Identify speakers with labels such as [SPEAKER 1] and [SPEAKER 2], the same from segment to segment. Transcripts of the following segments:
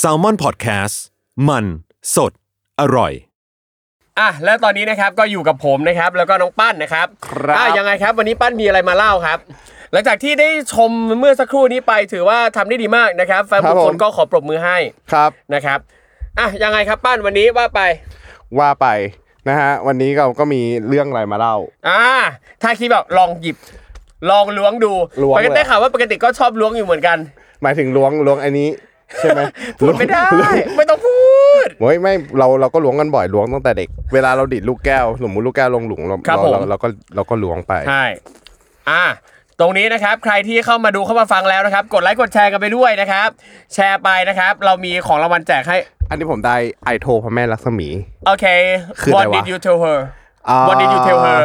[SPEAKER 1] s a l ม o n PODCAST มันสดอร่อย
[SPEAKER 2] อ่ะแล้วตอนนี้นะครับก็อยู่กับผมนะครับแล้วก็น้องปั้นนะครับ
[SPEAKER 3] ครับ
[SPEAKER 2] อ่ะยังไงครับ วันนี้ปั้นมีอะไรมาเล่าครับ หลังจากที่ได้ชมเมื่อสักครู่นี้ไปถือว่าทำได้ดีมากนะครับแฟ
[SPEAKER 3] ครับ
[SPEAKER 2] นุ
[SPEAKER 3] บ
[SPEAKER 2] ค
[SPEAKER 3] ผ
[SPEAKER 2] คล
[SPEAKER 3] ม
[SPEAKER 2] ก็ขอปรบมือให้
[SPEAKER 3] ครับ
[SPEAKER 2] นะครับอ่ะยังไงครับปั้นวันนี้ว่าไป
[SPEAKER 3] ว่าไปนะฮะวันนี้เราก็มีเรื่องอะไรมาเล่า
[SPEAKER 2] อ่าถ้าคิดแบบลองหยิบ ลองล้วงดู
[SPEAKER 3] ล้วง
[SPEAKER 2] ปกติ
[SPEAKER 3] เลย
[SPEAKER 2] ได้ข่าวว่าปกติก็ชอบล้วงอยู่เหมือนกัน
[SPEAKER 3] หมายถึงล้วงล้วงไอ้นี้ใช่ไหม
[SPEAKER 2] พูดไม่ได้
[SPEAKER 3] ล้วง
[SPEAKER 2] ไม่ต้องพูด
[SPEAKER 3] โอ้ยไม่เราเราก็ล้วงกันบ่อยล้วงตั้งแต่เด็ก เวลาเราดิดลูกแก้วสมมติลูกแก้วลงหลุมเรา
[SPEAKER 2] ครับผ
[SPEAKER 3] เรา
[SPEAKER 2] ม
[SPEAKER 3] เราเราก็เราก็ล้วงไป
[SPEAKER 2] ใช่ อ่า ตรงนี้นะครับ ใครที่เข้ามาดูเข้ามาฟังแล้วนะครับ กดไลค์กดแชร์กันไปด้วยนะครับ แชร์ไปนะครับ เรามีของรางวัลแจกให้
[SPEAKER 3] อันนี้ผมได้ไอโทพระแม่ลักษมี
[SPEAKER 2] โอเค
[SPEAKER 3] คืออะไร
[SPEAKER 2] What
[SPEAKER 3] วะ
[SPEAKER 2] did you tell her
[SPEAKER 3] อ่า
[SPEAKER 2] What did you tell her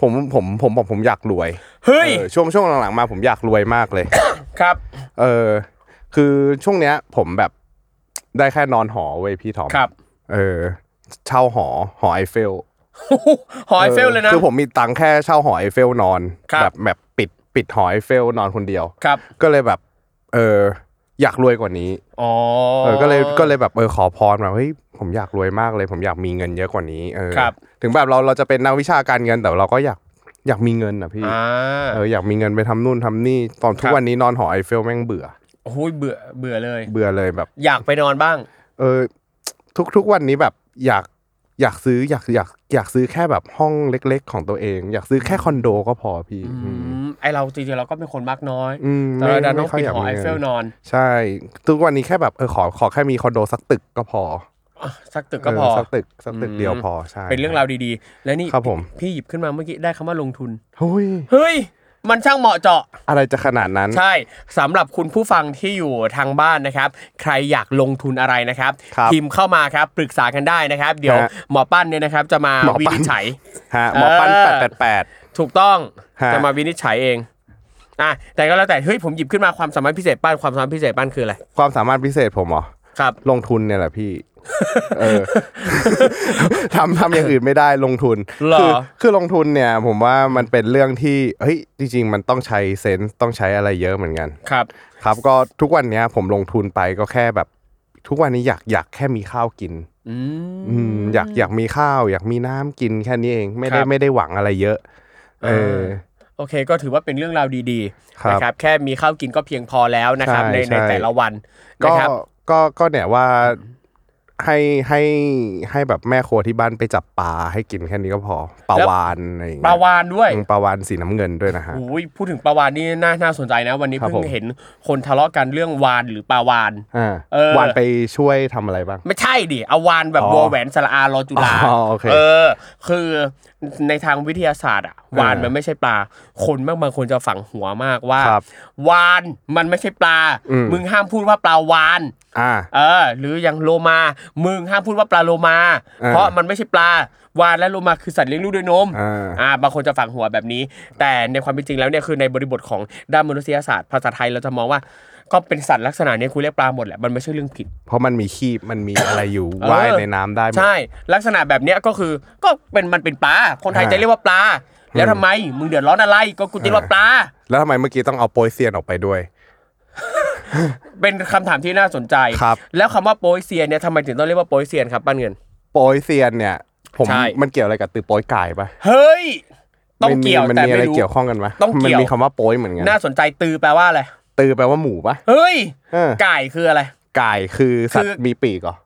[SPEAKER 3] ผมผมผมบอกผมอยากรวย
[SPEAKER 2] เฮ้ย
[SPEAKER 3] เออช่วงช่วงหลังๆมาผมอยากรวยมาก เลย
[SPEAKER 2] ครับ
[SPEAKER 3] เออคือช่วงเนี้ยผมแบบได้แค่นอนหอเว้ยพี่ทอม
[SPEAKER 2] ครับ
[SPEAKER 3] เออเช่าหอหอไอเฟล
[SPEAKER 2] หอยเฟลเลยนะ
[SPEAKER 3] คือผมมีตังค์แค่เช่าหอไอเฟลนอน
[SPEAKER 2] ครับ
[SPEAKER 3] แบบแบบปิดปิดหอไอเฟลนอนคนเดียว
[SPEAKER 2] ครับ
[SPEAKER 3] ก็เลยแบบ เอออยากรวยกว่านี้
[SPEAKER 2] อ๋อ
[SPEAKER 3] เออก็เลยก็เลยแบบเออขอพรมาเฮ้ยผมอยากรวยมากเลย ผมอยากมีเงินเยอะกว่านี้เออ
[SPEAKER 2] ครับ
[SPEAKER 3] ถึงแบบเราเราจะเป็นนักวิชาการเงินแต่เราก็อยากอยากมีเงินอ่ะพี่
[SPEAKER 2] อ่า
[SPEAKER 3] เอออยากมีเงินไปทำนู่นทำนี่ตอนทุ
[SPEAKER 2] ค
[SPEAKER 3] ก
[SPEAKER 2] รับ
[SPEAKER 3] วันนี้นอนหอไอเฟลแม่งเบื่อ
[SPEAKER 2] โอ้ยเบื่อ เบื่อเลย
[SPEAKER 3] เบื่อเลยแบบ
[SPEAKER 2] อยากไปนอนบ้าง
[SPEAKER 3] เออทุกทุกวันนี้แบบอยากอยากซื้ออยากอยากอยากซื้อแค่แบบห้องเล็ก ๆ ของตัวเอง อยากซื้อแค่คอนโดก็พอพี่
[SPEAKER 2] อื
[SPEAKER 3] อืม
[SPEAKER 2] ม ไอเราจริงๆเราก็เป็นคนมากน้อย
[SPEAKER 3] อืม
[SPEAKER 2] แต่เราดันต้อง
[SPEAKER 3] ค่
[SPEAKER 2] ปิดหอ
[SPEAKER 3] มี
[SPEAKER 2] ไอเฟล
[SPEAKER 3] งิน
[SPEAKER 2] นอน
[SPEAKER 3] ใช่ ทุกวันนี้แค่แบบเออขอขอแค่มีคอนโดสักตึกก็พอ
[SPEAKER 2] อ่ะสักตึกก็พอ
[SPEAKER 3] เสักตึกสักตึก
[SPEAKER 2] อืม
[SPEAKER 3] เดียวพอใช่
[SPEAKER 2] เป็นเรื่องราวดีๆ และนี่
[SPEAKER 3] ครับผม
[SPEAKER 2] พี่หยิบขึ้นมาเมื่อกี้ได้คำว่าลงทุน
[SPEAKER 3] เฮ้ย
[SPEAKER 2] เฮ้ย มันช่างเหมาะเจาะ
[SPEAKER 3] อะไรจะขนาดนั้น
[SPEAKER 2] ใช่สำหรับคุณผู้ฟังที่อยู่ทางบ้านนะครับ ใครอยากลงทุนอะไรนะครับ
[SPEAKER 3] ครับ
[SPEAKER 2] พิมพ์เข้ามาครับปรึกษากันได้นะครับ เดี๋ยว
[SPEAKER 3] ฮะ
[SPEAKER 2] หมอปั้นเนี่ยนะครับจะมา
[SPEAKER 3] หมอ
[SPEAKER 2] วิ
[SPEAKER 3] ปั้น
[SPEAKER 2] นิจฉัย
[SPEAKER 3] ฮะหมอปั้น
[SPEAKER 2] เออ
[SPEAKER 3] แปดแปดแปด
[SPEAKER 2] ถูกต้อง
[SPEAKER 3] ฮะ
[SPEAKER 2] จะมาวินิจฉัยเองอ่ะแต่ก็แล้วแต่เฮ้ยผมหยิบขึ้นมาความสามารถพิเศษปั้นความสามารถพิเศษปั้นคืออะไร
[SPEAKER 3] ความสามารถพิเศษผมเหรอ
[SPEAKER 2] ครับ
[SPEAKER 3] ลงทุนเนี่ยแหละพี่ เอ อ ทำทำอย่างอื่นไม่ได้ลงทุน
[SPEAKER 2] เหร
[SPEAKER 3] คือ
[SPEAKER 2] อ
[SPEAKER 3] คือลงทุนเนี่ย ผมว่ามันเป็นเรื่องที่เฮ้ยจริงๆ มันต้องใช้เซนส์ต้องใช้อะไรเยอะเหมือนกัน
[SPEAKER 2] ครับ
[SPEAKER 3] ครับก็ทุกวันเนี้ยผมลงทุนไปก็แค่แบบ ทุกวันนี้อยากอยากแค่มีข้าวกิน
[SPEAKER 2] อืม
[SPEAKER 3] อืมอยากอยากมีข้าว อยากมีน้ำกินแค่นี้เองไม่ได้
[SPEAKER 2] ครับ
[SPEAKER 3] ไม่ได้หวังอะไรเยอะ เออ
[SPEAKER 2] อ่า โอเค ก็ถือว่าเป็นเรื่องราวดี
[SPEAKER 3] ครั
[SPEAKER 2] ๆ
[SPEAKER 3] บ
[SPEAKER 2] นะครับแค่มีข้าวกินก็เพียงพอแล้วนะครับ
[SPEAKER 3] ใช่
[SPEAKER 2] ในใน
[SPEAKER 3] ใช่
[SPEAKER 2] แต่ละวันนะ
[SPEAKER 3] ก็
[SPEAKER 2] ครับ
[SPEAKER 3] ก็ก็เนี่ยว่าให้ให้ให้แบบแม่ครัวที่บ้านไปจับปลาให้กินแค่นี้ก็พอปลา
[SPEAKER 2] แล้ว
[SPEAKER 3] วานอะไรอย่าง
[SPEAKER 2] ป
[SPEAKER 3] เงี้
[SPEAKER 2] ลา
[SPEAKER 3] ปลาว
[SPEAKER 2] ยานด้วย
[SPEAKER 3] ปลาวานสีน้ำเงินด้วยนะฮะ
[SPEAKER 2] โอ้ยพูดถึงปลาวานนี่น่าน่าสนใจนะ วันนี้
[SPEAKER 3] ครับ
[SPEAKER 2] เพิ่ง
[SPEAKER 3] ผม
[SPEAKER 2] เห็นคนทะเลาะกันเรื่องวานหรือปลาวาน
[SPEAKER 3] อ่า
[SPEAKER 2] เออ
[SPEAKER 3] วานไปช่วยทำอะไรบ้าง
[SPEAKER 2] ไม่ใช่ดิเอาวานแบบ
[SPEAKER 3] อ๋อ
[SPEAKER 2] วอแหวนสระอารอจุฬา
[SPEAKER 3] อ๋อโอเค
[SPEAKER 2] เออ คือในทางวิทยาศาสตร์อะวานมันไม่ใช่ปลา คนบางบางคนจะฝังหัวมากว่า
[SPEAKER 3] ครับ
[SPEAKER 2] วานมันไม่ใช่ปลา
[SPEAKER 3] อืม
[SPEAKER 2] มึงห้ามพูดว่าปลาวาน
[SPEAKER 3] อ่า
[SPEAKER 2] เออ หรืออย่างโลมา มึงห้ามพูดว่าปลาโลมา
[SPEAKER 3] อ่า
[SPEAKER 2] เพราะมันไม่ใช่ปลาวานและโลมาคือสัตว์เลี้ยงลูกด้วยนม
[SPEAKER 3] อ่า
[SPEAKER 2] บางคนจะฝังหัวแบบนี้ แต่ในความเป็นจริงแล้วเนี่ยคือในบริบทของด้านมนุษยศาสตร์ภาษาไทยเราจะมองว่า ก็เป็นสัตว์ลักษณะเนี้ยคุณเรียกปลาหมดแหละมันไม่ใช่เรื่องผิด
[SPEAKER 3] เพราะมันมีขีบมันมีอะไรอยู่
[SPEAKER 2] เออ
[SPEAKER 3] ว่ายในน้ำได้หมด
[SPEAKER 2] ใช่ ลักษณะแบบเนี้ยก็คือก็เป็นมันเป็นปลาคนไทย
[SPEAKER 3] อ่า
[SPEAKER 2] จะเรียกว่าปลา แล้วทำไมมึงเดือดร้อนอะไรก็กูตี
[SPEAKER 3] อ่า
[SPEAKER 2] ว่าปลา
[SPEAKER 3] แล้วทำไมเมื่อกี้ต้องเอาโปยเซียนออกไปด้วย
[SPEAKER 2] เป็นคำถามที่น่าสนใจ
[SPEAKER 3] ครับ
[SPEAKER 2] แล้วคำว่าโปยเซียนเนี่ยทำไมถึงต้องเรียกว่าโปยเซียนครับป้านเงิน
[SPEAKER 3] โปยเซียนเนี่ย ผม
[SPEAKER 2] ใช่
[SPEAKER 3] มันเกี่ยวอะไรกับตือโปยไก่ปะ
[SPEAKER 2] เฮ้ยต้อง
[SPEAKER 3] มันมี
[SPEAKER 2] เกี่ยว
[SPEAKER 3] มัน
[SPEAKER 2] แต่
[SPEAKER 3] มีอะไร
[SPEAKER 2] ไม่รู้
[SPEAKER 3] เกี่ยวข้องกันปะ
[SPEAKER 2] ต้อง
[SPEAKER 3] มั
[SPEAKER 2] เกี่ยว
[SPEAKER 3] มีคำว่าโปยเหมือนกัน
[SPEAKER 2] น่าสนใจตือแปลว่าอะไร
[SPEAKER 3] ตือแปลว่าหมูปะ
[SPEAKER 2] เฮ้ย
[SPEAKER 3] เออ
[SPEAKER 2] ไก่คืออะไร
[SPEAKER 3] ไก่คือสัต
[SPEAKER 2] คือ
[SPEAKER 3] ว์มีปีกเหรอ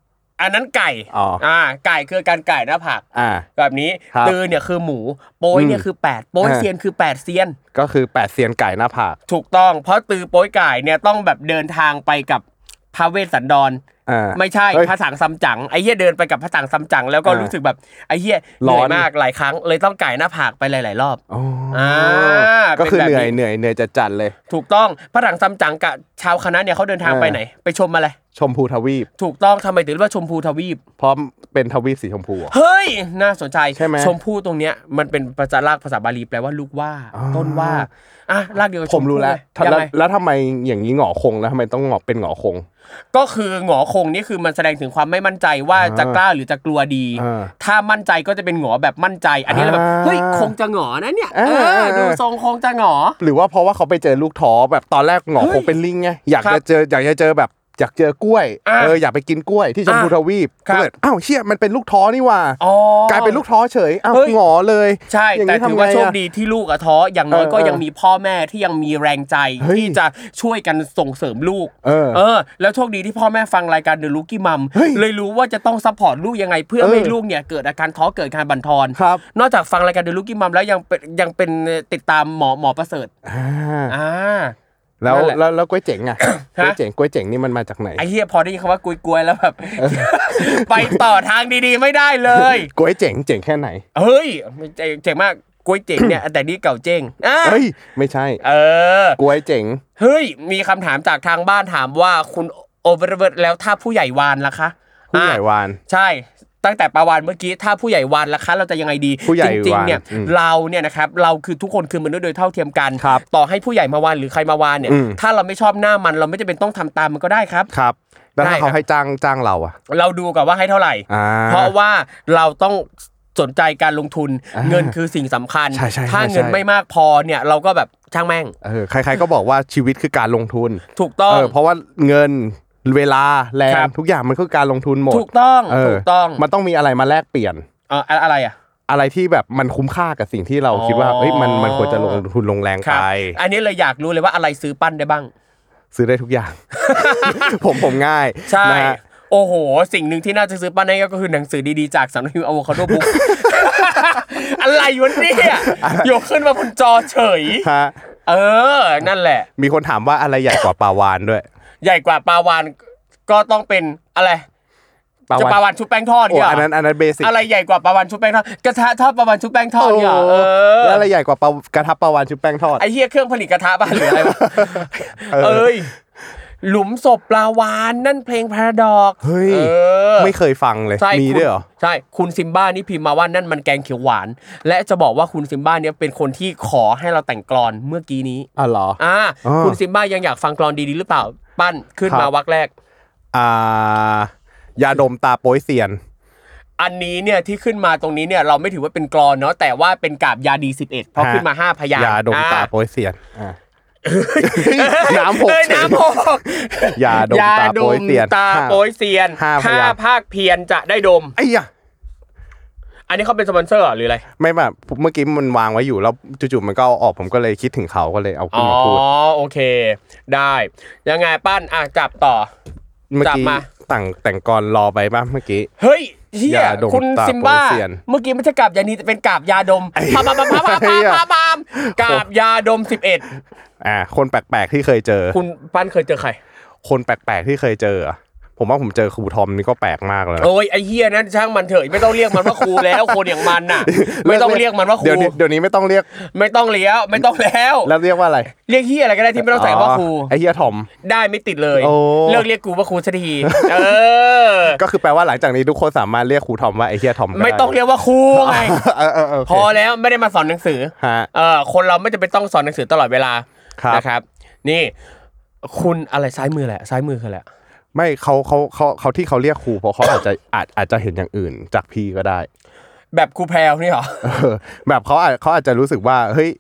[SPEAKER 2] อันนั้นไก่
[SPEAKER 3] อ๋ออ่
[SPEAKER 2] ่า ไก่คือการไก่หน้าผัก
[SPEAKER 3] อ่า
[SPEAKER 2] แบบนี้
[SPEAKER 3] ครับ
[SPEAKER 2] ตือเนี่ยคือหมู โป้ยเนี่ย
[SPEAKER 3] อืม
[SPEAKER 2] คือแปดโป้ย
[SPEAKER 3] อ่า
[SPEAKER 2] เซียนคือแปดเซียน
[SPEAKER 3] ก็คือแปดเซียนไก่หน้าผาก
[SPEAKER 2] ถูกต้อง เพราะตือโป้ยไก่เนี่ยต้องแบบเดินทางไปกับพระเวสสันดร
[SPEAKER 3] อ่า
[SPEAKER 2] ไม่ใช่
[SPEAKER 3] เฮ้ย
[SPEAKER 2] พระสังซัมจั๋งไอ้เหี้ยเดินไปกับพระสังซัมจั๋งแล้วก็
[SPEAKER 3] อ่ารู้
[SPEAKER 2] รู้สึกแบบไอ้เหี้ยเหนื่
[SPEAKER 3] ร้
[SPEAKER 2] อ
[SPEAKER 3] อย น
[SPEAKER 2] มากหลายครั้ง เลยต้องไก่หน้าผากไปหลาย ๆ รอบ
[SPEAKER 3] อ๋ออา ก็คือ
[SPEAKER 2] เป็น
[SPEAKER 3] เห
[SPEAKER 2] แบบ
[SPEAKER 3] นื่อย
[SPEAKER 2] นี้
[SPEAKER 3] เหนื่อยเหนื่อยจะจัดเลย
[SPEAKER 2] ถูกต้องพระสังซัมจั๋งกับชาวคณะเนี่ยเขาเดินทาง
[SPEAKER 3] เออ
[SPEAKER 2] ไปไหน ไปชมอะไร
[SPEAKER 3] ชมพูทวีป
[SPEAKER 2] ถูกต้องทำไมถึงเรียกว่าชมพูทวีป
[SPEAKER 3] เพร้อมเป็นทวีปสีชมพูอะ
[SPEAKER 2] เฮ้ย น่าสนใจ
[SPEAKER 3] ใช่ไหม
[SPEAKER 2] ชมพู่ตรงเนี้ยมันเป็นภาษาลากภาษาบาลีแปลว่าลูกว่า ต้นว่าอ่ะลากเดียวกับ
[SPEAKER 3] ผมรู้แล้ว
[SPEAKER 2] ชมพู่เย
[SPEAKER 3] แล้
[SPEAKER 2] ยั
[SPEAKER 3] ว
[SPEAKER 2] งไง
[SPEAKER 3] แล้วทำไมอย่างนี้หงอคงแล้วทำไมต้องหงอเป็นหงอคง
[SPEAKER 2] ก็คือหงอคงนี่คือมันแสดงถึงความไม่มั่นใจว่า
[SPEAKER 3] อ่า
[SPEAKER 2] จะกล้าหรือจะกลัวดี
[SPEAKER 3] อ่า
[SPEAKER 2] ถ้ามั่นใจก็จะเป็นหงอแบบมั่นใจ อันนี้เราแบบ
[SPEAKER 3] อ่า
[SPEAKER 2] เฮ้ยคงจะหงอนะเนี่ยเอ
[SPEAKER 3] อ่า
[SPEAKER 2] อ
[SPEAKER 3] อ่า
[SPEAKER 2] ดูทรงคงจะหงอ
[SPEAKER 3] หรือว่าเพราะว่าเขาไปเจอลูกท้อแบบตอนแรกหงอคงเป็นลิงไงอยาก
[SPEAKER 2] ครั
[SPEAKER 3] จะ
[SPEAKER 2] บ
[SPEAKER 3] เจออยากจะเจอแบบอยากเจอกล้วย
[SPEAKER 2] อ่ะ
[SPEAKER 3] เอออยากไปกินกล้วยที่ชมพู
[SPEAKER 2] อ่ะ
[SPEAKER 3] ทวีป
[SPEAKER 2] ครับ
[SPEAKER 3] ก็เลยอ้าวเชี่ยมันเป็นลูกท้อนี่หว่า
[SPEAKER 2] อ๋อ
[SPEAKER 3] กลายเป็นลูกท้อเฉยอ้าว
[SPEAKER 2] เฮ้ย
[SPEAKER 3] หงอเลย
[SPEAKER 2] ใช่
[SPEAKER 3] อย่าง
[SPEAKER 2] แต่
[SPEAKER 3] นี้
[SPEAKER 2] ถือ
[SPEAKER 3] ทำไง
[SPEAKER 2] ว่าโชค
[SPEAKER 3] อะ
[SPEAKER 2] ดีที่ลูกอะท้ออย่างน้อย
[SPEAKER 3] เออ
[SPEAKER 2] ก็
[SPEAKER 3] เออ
[SPEAKER 2] ยังมีพ่อแม่ที่ยังมีแรงใจ
[SPEAKER 3] เฮ้ย
[SPEAKER 2] ที่จะช่วยกันส่งเสริมลูก
[SPEAKER 3] เออ
[SPEAKER 2] แล้วโชคดีที่พ่อแม่ฟังรายการเดลูกี้มัม
[SPEAKER 3] เฮ้ย
[SPEAKER 2] เลยรู้ว่าจะต้องซัพพอร์ตลูกยังไง เพื่อไม่
[SPEAKER 3] เออ
[SPEAKER 2] ให้ลูกเนี่ยเกิดอาการท้อเกิดการบั่นทอน
[SPEAKER 3] ครับ
[SPEAKER 2] นอกจากฟังรายการเดลูกี้มัมแล้วยังเป็นยังเป็นติดตามหมอหมอประเสริฐ
[SPEAKER 3] อ่า
[SPEAKER 2] อ่า
[SPEAKER 3] แล้ว
[SPEAKER 2] นั่นแหละ
[SPEAKER 3] แล้วแล้วกล้วยเจ๋งอะก
[SPEAKER 2] ฮะ
[SPEAKER 3] ล้วยเจ๋งกล้วยเจ๋งนี่มันมาจากไหน
[SPEAKER 2] ไอ้เฮียพอได้ยินคำว่ากลวยๆแล้ว แบบ ไปต่อทางดีๆไม่ได้เลย
[SPEAKER 3] กล้วยเจ๋งเจ๋งแค่ไหน
[SPEAKER 2] เฮ้ยเจ๋งมากกลวยเจ๋ง เนี่ยแต่นี่เก่าเจ๋งอ่ะ
[SPEAKER 3] เฮ้ยไม่ใช่
[SPEAKER 2] เออ
[SPEAKER 3] กล้วยเจ๋ง
[SPEAKER 2] เฮ้ย มีคำถามจากทางบ้านถามว่าคุณโอเวอร์เวิร์ดแล้วถ้าผู้ใหญ่วานล่ะคะ
[SPEAKER 3] ผู้ใหญ่
[SPEAKER 2] อ่ะ
[SPEAKER 3] วาน
[SPEAKER 2] ใช่ ตั้งแต่ประวานเมื่อกี้ ถ้าผู้ใหญ่วานล่ะคะ เราจะยังไงดี
[SPEAKER 3] ผู้ใหญ่
[SPEAKER 2] จริง
[SPEAKER 3] วา
[SPEAKER 2] ๆ
[SPEAKER 3] น
[SPEAKER 2] เนี่ย
[SPEAKER 3] อืม
[SPEAKER 2] เราเนี่ยนะครับเราคือทุกคนคือมนุษย์โดยเท่าเทียมกัน
[SPEAKER 3] ครับ
[SPEAKER 2] ต่อให้ผู้ใหญ่มาวานหรือใครมาวานเนี่ย
[SPEAKER 3] อืม
[SPEAKER 2] ถ้าเราไม่ชอบหน้ามันเราไม่จำเป็นต้องทำตามมันก็ได้ครับ
[SPEAKER 3] ครับแล้ว
[SPEAKER 2] ได้
[SPEAKER 3] ถ้า
[SPEAKER 2] ครั
[SPEAKER 3] เขา
[SPEAKER 2] บ
[SPEAKER 3] ให้จ้างจ้างเราอะ
[SPEAKER 2] เราดูก่อนว่าให้เท่าไหร่
[SPEAKER 3] อ่
[SPEAKER 2] เพราะว่าเราต้องสนใจการลงทุน
[SPEAKER 3] อ่า
[SPEAKER 2] เงินคือสิ่งสำคัญ
[SPEAKER 3] ใช่ใช่ใช่
[SPEAKER 2] ถ้าเงิน
[SPEAKER 3] ใช่
[SPEAKER 2] ไม่มากพอเนี่ยเราก็แบบช่างแม่ง
[SPEAKER 3] เออใครๆก็บอกว่าชีวิตคือการลงทุน
[SPEAKER 2] ถูกต้อง
[SPEAKER 3] เออเพราะว่าเงินเวลาแรง
[SPEAKER 2] ครับ
[SPEAKER 3] ทุกอย่างมันคือการลงทุนหมด
[SPEAKER 2] ถูกต้อง
[SPEAKER 3] เ
[SPEAKER 2] ถูกต้อง
[SPEAKER 3] มันต้องมีอะไรมาแลกเปลี่ยน
[SPEAKER 2] เอ่ออะอะไรอ่ะ
[SPEAKER 3] อะไรที่แบบมันคุ้มค่ากับสิ่งที่เรา
[SPEAKER 2] อ๋อ
[SPEAKER 3] คิดว่าเฮ้ยมันมันควรจะลงทุนลงแรง
[SPEAKER 2] ค
[SPEAKER 3] ไป
[SPEAKER 2] รับอันนี้เลยอยากรู้เลยว่าอะไรซื้อปั้นได้บ้าง
[SPEAKER 3] ซื้อได้ทุกอย่าง ผมผมง่าย
[SPEAKER 2] ใช่
[SPEAKER 3] นะฮะ
[SPEAKER 2] โอ้โห สิ่งหนึ่งที่น่าจะซื้อปั้นได้ก็คือหนังสือดีๆจากสำนักพิมพ์อโวคาโดบุ๊ก อะไรวะเนี่ยโยกขึ้นมาบนจอเฉย
[SPEAKER 3] ฮะ
[SPEAKER 2] เออ นั่นแหละ
[SPEAKER 3] มีคนถามว่าอะไรใหญ่กว่าปลาวานด้วย
[SPEAKER 2] ใหญ่กว่าปลาวานก็ต้องเป็นอะไรจะปลาวานชุบแป้งทอด
[SPEAKER 3] โอ้
[SPEAKER 2] เนี่ยเหร
[SPEAKER 3] อันนั้นอันนั้นเบสิก
[SPEAKER 2] อะไรใหญ่กว่าปลาวานชุบแป้งทอดกระทะทอดปลาวานชุบแป้งทอดเนี่ยเหรอเออ
[SPEAKER 3] แล้วอะไรใหญ่กว่าปลากระทะปลาวานชุบแป้งทอด
[SPEAKER 2] ไอ้เหี้ยเครื่องผลิตกระทะบ้าหรืออะไรวะ เอ้ย หลุมศพปลาวานนั่นเพลงพระดอก
[SPEAKER 3] เฮ้ย
[SPEAKER 2] ออ
[SPEAKER 3] ไม่เคยฟังเลย
[SPEAKER 2] ใช่
[SPEAKER 3] มี
[SPEAKER 2] คุณ
[SPEAKER 3] ด้วยเหรอ
[SPEAKER 2] ใช่ คุณซิมบ้านี่พิมพ์มาว่านั่นมันแกงเขียวหวาน และจะบอกว่าคุณซิมบ้าเนี่ยเป็นคนที่ขอให้เราแต่งกลอนเมื่อกี้นี้
[SPEAKER 3] อ๋อเหรอ
[SPEAKER 2] อ่า
[SPEAKER 3] อ่า
[SPEAKER 2] คุณซิมบ้ายังอยากฟังกลอนดีๆหรือเปล่า ปั้นขึ้น
[SPEAKER 3] ครับ
[SPEAKER 2] มาวักแรก
[SPEAKER 3] อ่ายาดมตาโป้ยเซียน
[SPEAKER 2] อันนี้เนี่ยที่ขึ้นมาตรงนี้เนี่ยเราไม่ถือว่าเป็นกลอนเนาะแต่ว่าเป็นกาบยาดี 11 เพราะ
[SPEAKER 3] ฮะ
[SPEAKER 2] ขึ้นมา 5 พยางค์
[SPEAKER 3] ยาดมตา
[SPEAKER 2] อ่
[SPEAKER 3] โป้ยเซียนอ่ะน้ำหก
[SPEAKER 2] เอ้ย
[SPEAKER 3] เฉย
[SPEAKER 2] น้ำหก
[SPEAKER 3] ยาดมตาโปยเตียน
[SPEAKER 2] ตาโปยเซียน
[SPEAKER 3] ห้าพยางค์
[SPEAKER 2] ถ้ภาคเพียนจะได้ดม
[SPEAKER 3] ไอ้ยะ
[SPEAKER 2] อันนี้เขาเป็นสปอนเซอร์เหรอหรืออะไร
[SPEAKER 3] ไม่แบบเมื่อกี้มันวางไว้อยู่แล้วจู่ๆมันก็เอาออกผมก็เลยคิดถึงเขาก็เลยเอาขึ้
[SPEAKER 2] อ๋
[SPEAKER 3] น
[SPEAKER 2] อ
[SPEAKER 3] มาพูด
[SPEAKER 2] โอเค ได้ ยังไงปั้นอ่ะจับต่อ
[SPEAKER 3] เมื่อ
[SPEAKER 2] จับ
[SPEAKER 3] กี้
[SPEAKER 2] มา
[SPEAKER 3] ต่างแต่งกรรอไปป่ะเมื่อกี้
[SPEAKER 2] เฮ้ยเฮีย
[SPEAKER 3] ยาดม
[SPEAKER 2] คุณ
[SPEAKER 3] ตา
[SPEAKER 2] ซิมบ้า
[SPEAKER 3] โปรเซียน
[SPEAKER 2] เมื่อกี้ไม่ใช่กาบยานีแต่เป็นกาบยาดมพามพามพามพาม
[SPEAKER 3] เหี้ย
[SPEAKER 2] พามพามกาบยาดม 11
[SPEAKER 3] อ่าคนแปลกๆที่เคยเจอ
[SPEAKER 2] คุณปั้นเคยเจอใคร
[SPEAKER 3] คนแปลกๆที่เคยเจออะผมว่าผมเจอครูทอมนี่ก็แปลกมากเลยนะ
[SPEAKER 2] โอ้ยไอเฮียนั้นช่างมันเถอะไม่ต้องเรียกมันว่าครูแล้วคนอย่างมันน่ะ ไม่ต้องเรียกมันว่าค
[SPEAKER 3] เดี๋
[SPEAKER 2] รู
[SPEAKER 3] ยวนี้เดี๋ยวนี้ไม่ต้องเรียก
[SPEAKER 2] ไม่ต้องแล้วไม่ต้องแล้ว
[SPEAKER 3] แล้วเรียกว่าอะไร
[SPEAKER 2] เรียกเฮียอะไรก็ได้ที่ไม่ต้องใส่คำว่าครู
[SPEAKER 3] อ๋อไอ้เฮียทอม
[SPEAKER 2] ได้ไม่ติดเลย
[SPEAKER 3] โอ้
[SPEAKER 2] เลิกเรียกกูว่าครูสักที เออ
[SPEAKER 3] ก็คือแปลว่าหลังจากนี้ทุกคนสามารถเรียกครูทอมว่าไอ้เฮียทอมก็ด้
[SPEAKER 2] ไม่ต้องเรียกว่าครูไง
[SPEAKER 3] เออเออเออโอ
[SPEAKER 2] พ
[SPEAKER 3] เค
[SPEAKER 2] อแล้วไม่ได้มาสอนหนังสือ
[SPEAKER 3] ฮะ
[SPEAKER 2] เออคนเราไม่จำเป็นต้องสอนหนังสือตลอดเวลา
[SPEAKER 3] ครับ
[SPEAKER 2] นะครับ นี่ คุณอะไรซ้ายมือแหละ ซ้ายมือคือแหละไร
[SPEAKER 3] ไม่เขาเขาเขาเขาที่เขาเรียกครูเพราะเขาอาจจะ อาจอาจจะเห็นอย่างอื่นจากพี่ก็ได้
[SPEAKER 2] แบบครูแพรวนี่เหรอ
[SPEAKER 3] เออแบบเขาอาจเขาอาจจะรู้สึกว่าเฮ้ย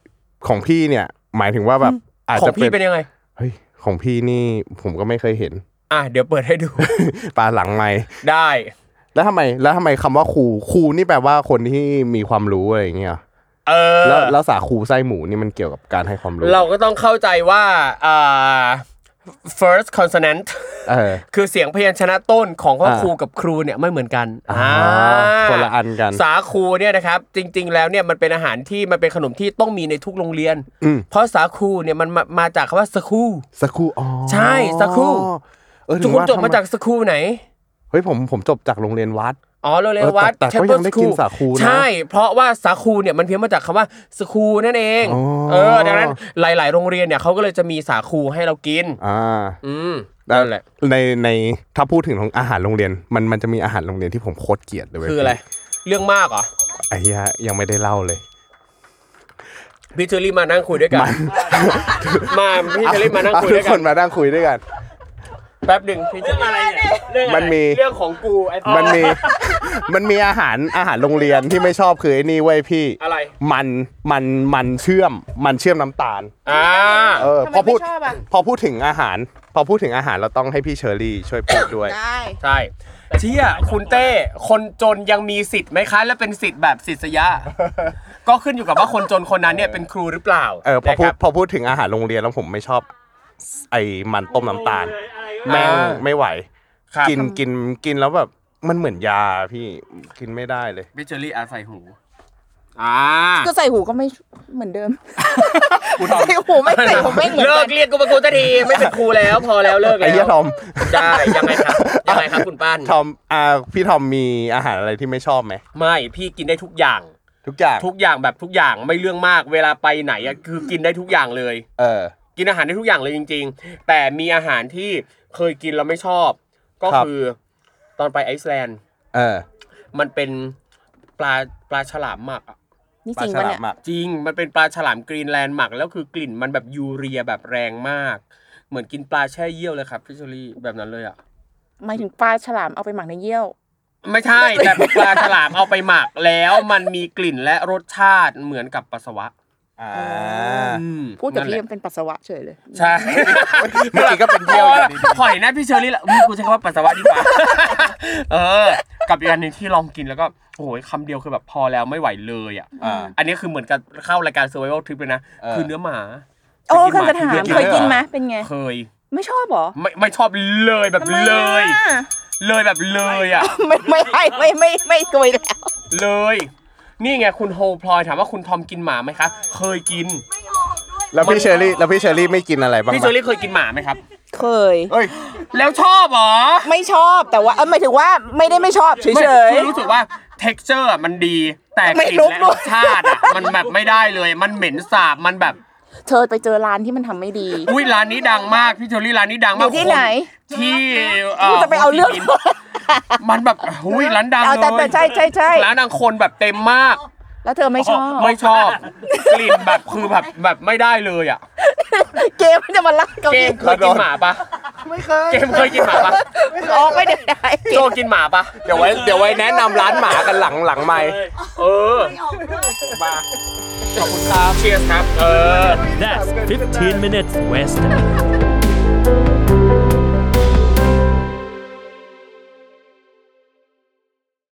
[SPEAKER 3] ของพี่เนี่ย หมายถึงว่าแบบอาจ
[SPEAKER 2] ของ
[SPEAKER 3] จะ
[SPEAKER 2] พี่เป็นยังไง
[SPEAKER 3] เฮ้ยของพี่นี่ผมก็ไม่เคยเห็น
[SPEAKER 2] อ่ะเดี๋ยวเปิดให้ ดู
[SPEAKER 3] ปลาหลังไม่
[SPEAKER 2] ได้
[SPEAKER 3] แล้วทำไมแล้วทำไมคำว่าครูครูนี่แปลว่าคนที่มีความรู้อะไรอย่างเงี้ยเหรอ
[SPEAKER 2] เออ
[SPEAKER 3] แล้วแล้วสาครูไส้หมูนี่มันเกี่ยวกับการให้ความรู้
[SPEAKER 2] เราก็ต้องเข้าใจว่าอ่า first consonant
[SPEAKER 3] เออ
[SPEAKER 2] คือเสียงพยัญชนะต้นของว่า
[SPEAKER 3] อ่า
[SPEAKER 2] ครูกับครูเนี่ยไม่เหมือนกัน
[SPEAKER 3] อ่าคนละอันกัน
[SPEAKER 2] สาคูเนี่ยนะครับ จริง ๆ แล้วเนี่ยมันเป็นอาหารที่มันเป็นขนมที่ต้องมีในทุกโรงเรียน
[SPEAKER 3] อืม
[SPEAKER 2] เพราะสาคูเนี่ยมันมามาจากคำว่าสคู
[SPEAKER 3] สาครูอ๋อ
[SPEAKER 2] ใช่สาครู
[SPEAKER 3] เออ
[SPEAKER 2] ทุ
[SPEAKER 3] ถึ
[SPEAKER 2] ก
[SPEAKER 3] ง
[SPEAKER 2] คน
[SPEAKER 3] ว่า
[SPEAKER 2] จบมาจากสคูไหน
[SPEAKER 3] เฮ้ยผมผมจบจากโรงเรียนวัด
[SPEAKER 2] อ๋อโรเล
[SPEAKER 3] เออแต่
[SPEAKER 2] วัต
[SPEAKER 3] แต่ก็ยังได้กินสาคูนะ
[SPEAKER 2] ใช่ เพราะว่าสาคูเนี่ยมันเพี้ยนมาจากคำว่าสคูนั่นเอง
[SPEAKER 3] อ๋อ
[SPEAKER 2] เออดังนั้นหลาย ๆ โรงเรียนเนี่ยเขาก็เลยจะมีสาคูให้เรากิน
[SPEAKER 3] อ่า
[SPEAKER 2] อืมนั่นแหละ
[SPEAKER 3] ในในถ้าพูดถึงของอาหารโรงเรียน มันมันจะมีอาหารโรงเรียนที่ผมโคตรเกลียดเลยเว้ย
[SPEAKER 2] คืออะไร เรื่องมากเหรอ
[SPEAKER 3] ไอ้เหี้ยยังไม่ได้เล่าเลย
[SPEAKER 2] พี่เชอรี่มานั่งคุยด้วยกัน มาพี่เชอรี่มานั่งคุยด้วย
[SPEAKER 3] ทุกค
[SPEAKER 2] กัน
[SPEAKER 3] นมานั่งคุยด้วยกัน
[SPEAKER 2] แป๊บหนึ่งพี่เรื่องอะไรเนี่ยเรื่องอะไร
[SPEAKER 3] มันมี
[SPEAKER 2] เรื่องของกูไอ้
[SPEAKER 3] มันมี มันมีอาหารอาหารโรงเรียนที่ไม่ชอบคือไอ้นี่เว้ยพี่
[SPEAKER 2] อะไร
[SPEAKER 3] มันมันมันเชื่อมมันเชื่อมน้ำตาล
[SPEAKER 2] อ่า
[SPEAKER 3] เออ
[SPEAKER 4] ทำไม
[SPEAKER 3] พอพูด
[SPEAKER 4] ไม่ชอบอ่ะ
[SPEAKER 3] พอพูดถึงอาหาร พอพูดถึงอาหารเราต้องให้พี่เชอรี่ช่วยพูดด้วย
[SPEAKER 4] ได้
[SPEAKER 2] ใช่ เชี่ยคุณเต้ คนจนยังมีสิทธิ์ไหมคะ และเป็นสิทธิ์แบบสิทธิ ยะ ก็ขึ้นอยู่กับว่าคนจนคนนั้นเนี่ยเป็นครูหรือเปล่า
[SPEAKER 3] เออพอพู
[SPEAKER 2] นะค
[SPEAKER 3] ด
[SPEAKER 2] รับ
[SPEAKER 3] พอพูดถึงอาหารโรงเรียนแล้วผมไม่ชอบ ไอ้มันต้มน้ำตาล แม่ง
[SPEAKER 2] อ่า
[SPEAKER 3] ไม่ไหว
[SPEAKER 2] ครับ
[SPEAKER 3] กินกินกินแล้วแบบมันเหมือนยาพี่กินไม่ได้เลย
[SPEAKER 2] พี่เชอรี่อาใส่หู อ่า
[SPEAKER 4] ก็ใส่หูก็ไม่เหมือนเดิม ใส่หูไม่ใส่หูไม่เหมือน
[SPEAKER 2] เลิก
[SPEAKER 4] เดิม
[SPEAKER 2] เรียกกูเป็นครูตะดีไม่เป็นครูแล้ว พอแล้วเลิก
[SPEAKER 3] ไอ้
[SPEAKER 2] แล้
[SPEAKER 3] เหี้ยวทอม
[SPEAKER 2] ได้ยังไง ครับยังไงครับคุณป้าน
[SPEAKER 3] ทอมอ่าพี่ทอมมีอาหารอะไรที่ไม่ชอบไหม
[SPEAKER 2] ไม่พี่กินได้ทุกอย่าง
[SPEAKER 3] ทุกอย่าง
[SPEAKER 2] ทุกอย่างแบบทุกอย่างไม่เรื่องมาก เวลาไปไหนอะคือกินได้ทุกอย่างเลย
[SPEAKER 3] เออ
[SPEAKER 2] กินอาหารได้ทุกอย่างเลยจริง ๆ แต่มีอาหารที่เคยกินแล้วไม่ชอบ ก็
[SPEAKER 3] ครับ
[SPEAKER 2] คือตอนไปไอซ์แลนด์
[SPEAKER 3] เออ
[SPEAKER 2] มันเป็นปลาปลาฉลามหมักอะ
[SPEAKER 4] นี่
[SPEAKER 3] ปลา
[SPEAKER 4] จริง
[SPEAKER 3] ฉ
[SPEAKER 4] ปะ
[SPEAKER 3] ลา
[SPEAKER 4] เนี่
[SPEAKER 3] ม
[SPEAKER 4] ย
[SPEAKER 3] หมัก
[SPEAKER 2] จริง มันเป็นปลาฉลามกรีนแลนด์หมัก แล้วคือกลิ่นมันแบบยูเรียแบบแรงมาก เหมือนกินปลาแช่เยี่ยวเลยครับพี่ชลีแบบนั้นเลยอ่ะ
[SPEAKER 4] หมายถึงปลาฉลามเอาไปหมักในเยี่ยว
[SPEAKER 2] ไม่ ใช่ แต่ปลาฉลามเอาไปหมักแล้วมันมีกลิ่นและรสชาติเหมือนกับปัสสาวะ
[SPEAKER 3] อ่า
[SPEAKER 2] อืม
[SPEAKER 4] พูดกับ
[SPEAKER 2] นั่นแห
[SPEAKER 4] พี่
[SPEAKER 2] ละ
[SPEAKER 4] มันเป็นปัสสาวะเฉยเลย
[SPEAKER 2] ใช่
[SPEAKER 3] เมื่อกี้ก็เป็นเที่ยวอยู่ดี
[SPEAKER 2] ถอยนะพี่เชอรี่ละมึงกูใช้คำว่าปัสสาวะดีกว่า เออ กับอีกอันหนึ่งที่ลองกินแล้วก็โอ้ยคำเดียวคือแบบพอแล้วไม่ไหวเลยอ่ะ
[SPEAKER 3] อ่า
[SPEAKER 2] อันนี้คือเหมือนกับเข้ารายการ survival trip เลยนะ
[SPEAKER 3] เออ
[SPEAKER 2] คือเนื้อหมา
[SPEAKER 4] โอ้
[SPEAKER 2] กิ
[SPEAKER 4] กำลังจะถาม
[SPEAKER 2] ห
[SPEAKER 4] เคยกินไหม
[SPEAKER 2] ม
[SPEAKER 4] เป็นไง
[SPEAKER 2] เคย
[SPEAKER 4] ไม่ชอบเหรอ
[SPEAKER 2] ไม่ไม่ชอบเลยแบบ
[SPEAKER 4] ทำไม
[SPEAKER 2] เลย
[SPEAKER 4] อ่ะ
[SPEAKER 2] เลยแบบเลยอ่ะ
[SPEAKER 4] ไม่ไม่ให้ไม่ไม่ไม่ไม่คุยแล้ว
[SPEAKER 2] เลย นี่ไงคุณโฮพลอยถามว่าคุณทอมกินหมาไหมคะ เคยกิน
[SPEAKER 3] แล้วพี่เชอรี่แล้วพี่เชอรี่ไม่กินอะไรบ้าง
[SPEAKER 2] พี่เชอรี่เคยกินหมาไหมครับ
[SPEAKER 4] เคย
[SPEAKER 3] เอ้ย
[SPEAKER 2] แล้วชอบ เหรอ
[SPEAKER 4] ไม่ชอบแต่ว่าเอ้ยหมายถึงว่าไม่ได้ไม่ชอบเฉย
[SPEAKER 2] ไม่
[SPEAKER 4] เฉย
[SPEAKER 2] คือรู้สึกว่า texture อะมันดี แต่ก
[SPEAKER 4] ไม่
[SPEAKER 2] ลิ่น
[SPEAKER 4] ลุก
[SPEAKER 2] และ
[SPEAKER 4] ด้
[SPEAKER 2] ร
[SPEAKER 4] ว
[SPEAKER 2] ส
[SPEAKER 4] ย
[SPEAKER 2] ชาติอ่ะ มันแบบไม่ได้เลย มันเหม็นสาบ มันแบบ
[SPEAKER 4] เธอไปเจอร้านที่มันทำไม่ดี
[SPEAKER 2] อุ้ยร้านนี้ดังมาก พี่เชอรี่ร้านนี้ดัง
[SPEAKER 4] อ
[SPEAKER 2] มาก
[SPEAKER 4] ยู่ที่ไหน
[SPEAKER 2] คนที่
[SPEAKER 4] กูจะไปเอาเรื่อง
[SPEAKER 2] มันแบบอุ้ยร้านดัง
[SPEAKER 4] เอาแต่
[SPEAKER 2] เล
[SPEAKER 4] แต่
[SPEAKER 2] ย
[SPEAKER 4] ใช่ใช่ใช่
[SPEAKER 2] ร้านดังคนแบบเต็มมาก
[SPEAKER 4] แล้วเธอไม่ชอบ
[SPEAKER 2] ไม่ชอบ กลิ่นแบบคือแบบแบบไม่ได้เลยอ่ะ
[SPEAKER 4] เกมมันจะมาลักเกา
[SPEAKER 2] เก
[SPEAKER 4] อี้
[SPEAKER 2] มเคยกินหมาปะ
[SPEAKER 3] ไม่เคย
[SPEAKER 2] เกมเคยกินหมาปะ
[SPEAKER 4] ออกไม่ได้
[SPEAKER 2] โจกินหมาปะ
[SPEAKER 3] เดี๋ยวไว้เดี๋ยวไว้แนะนำร้านหมากันหลังหลังไม่
[SPEAKER 2] เออ มา ขอบคุณครับเชียร์ครับ เออ
[SPEAKER 5] That's 15 minutes west.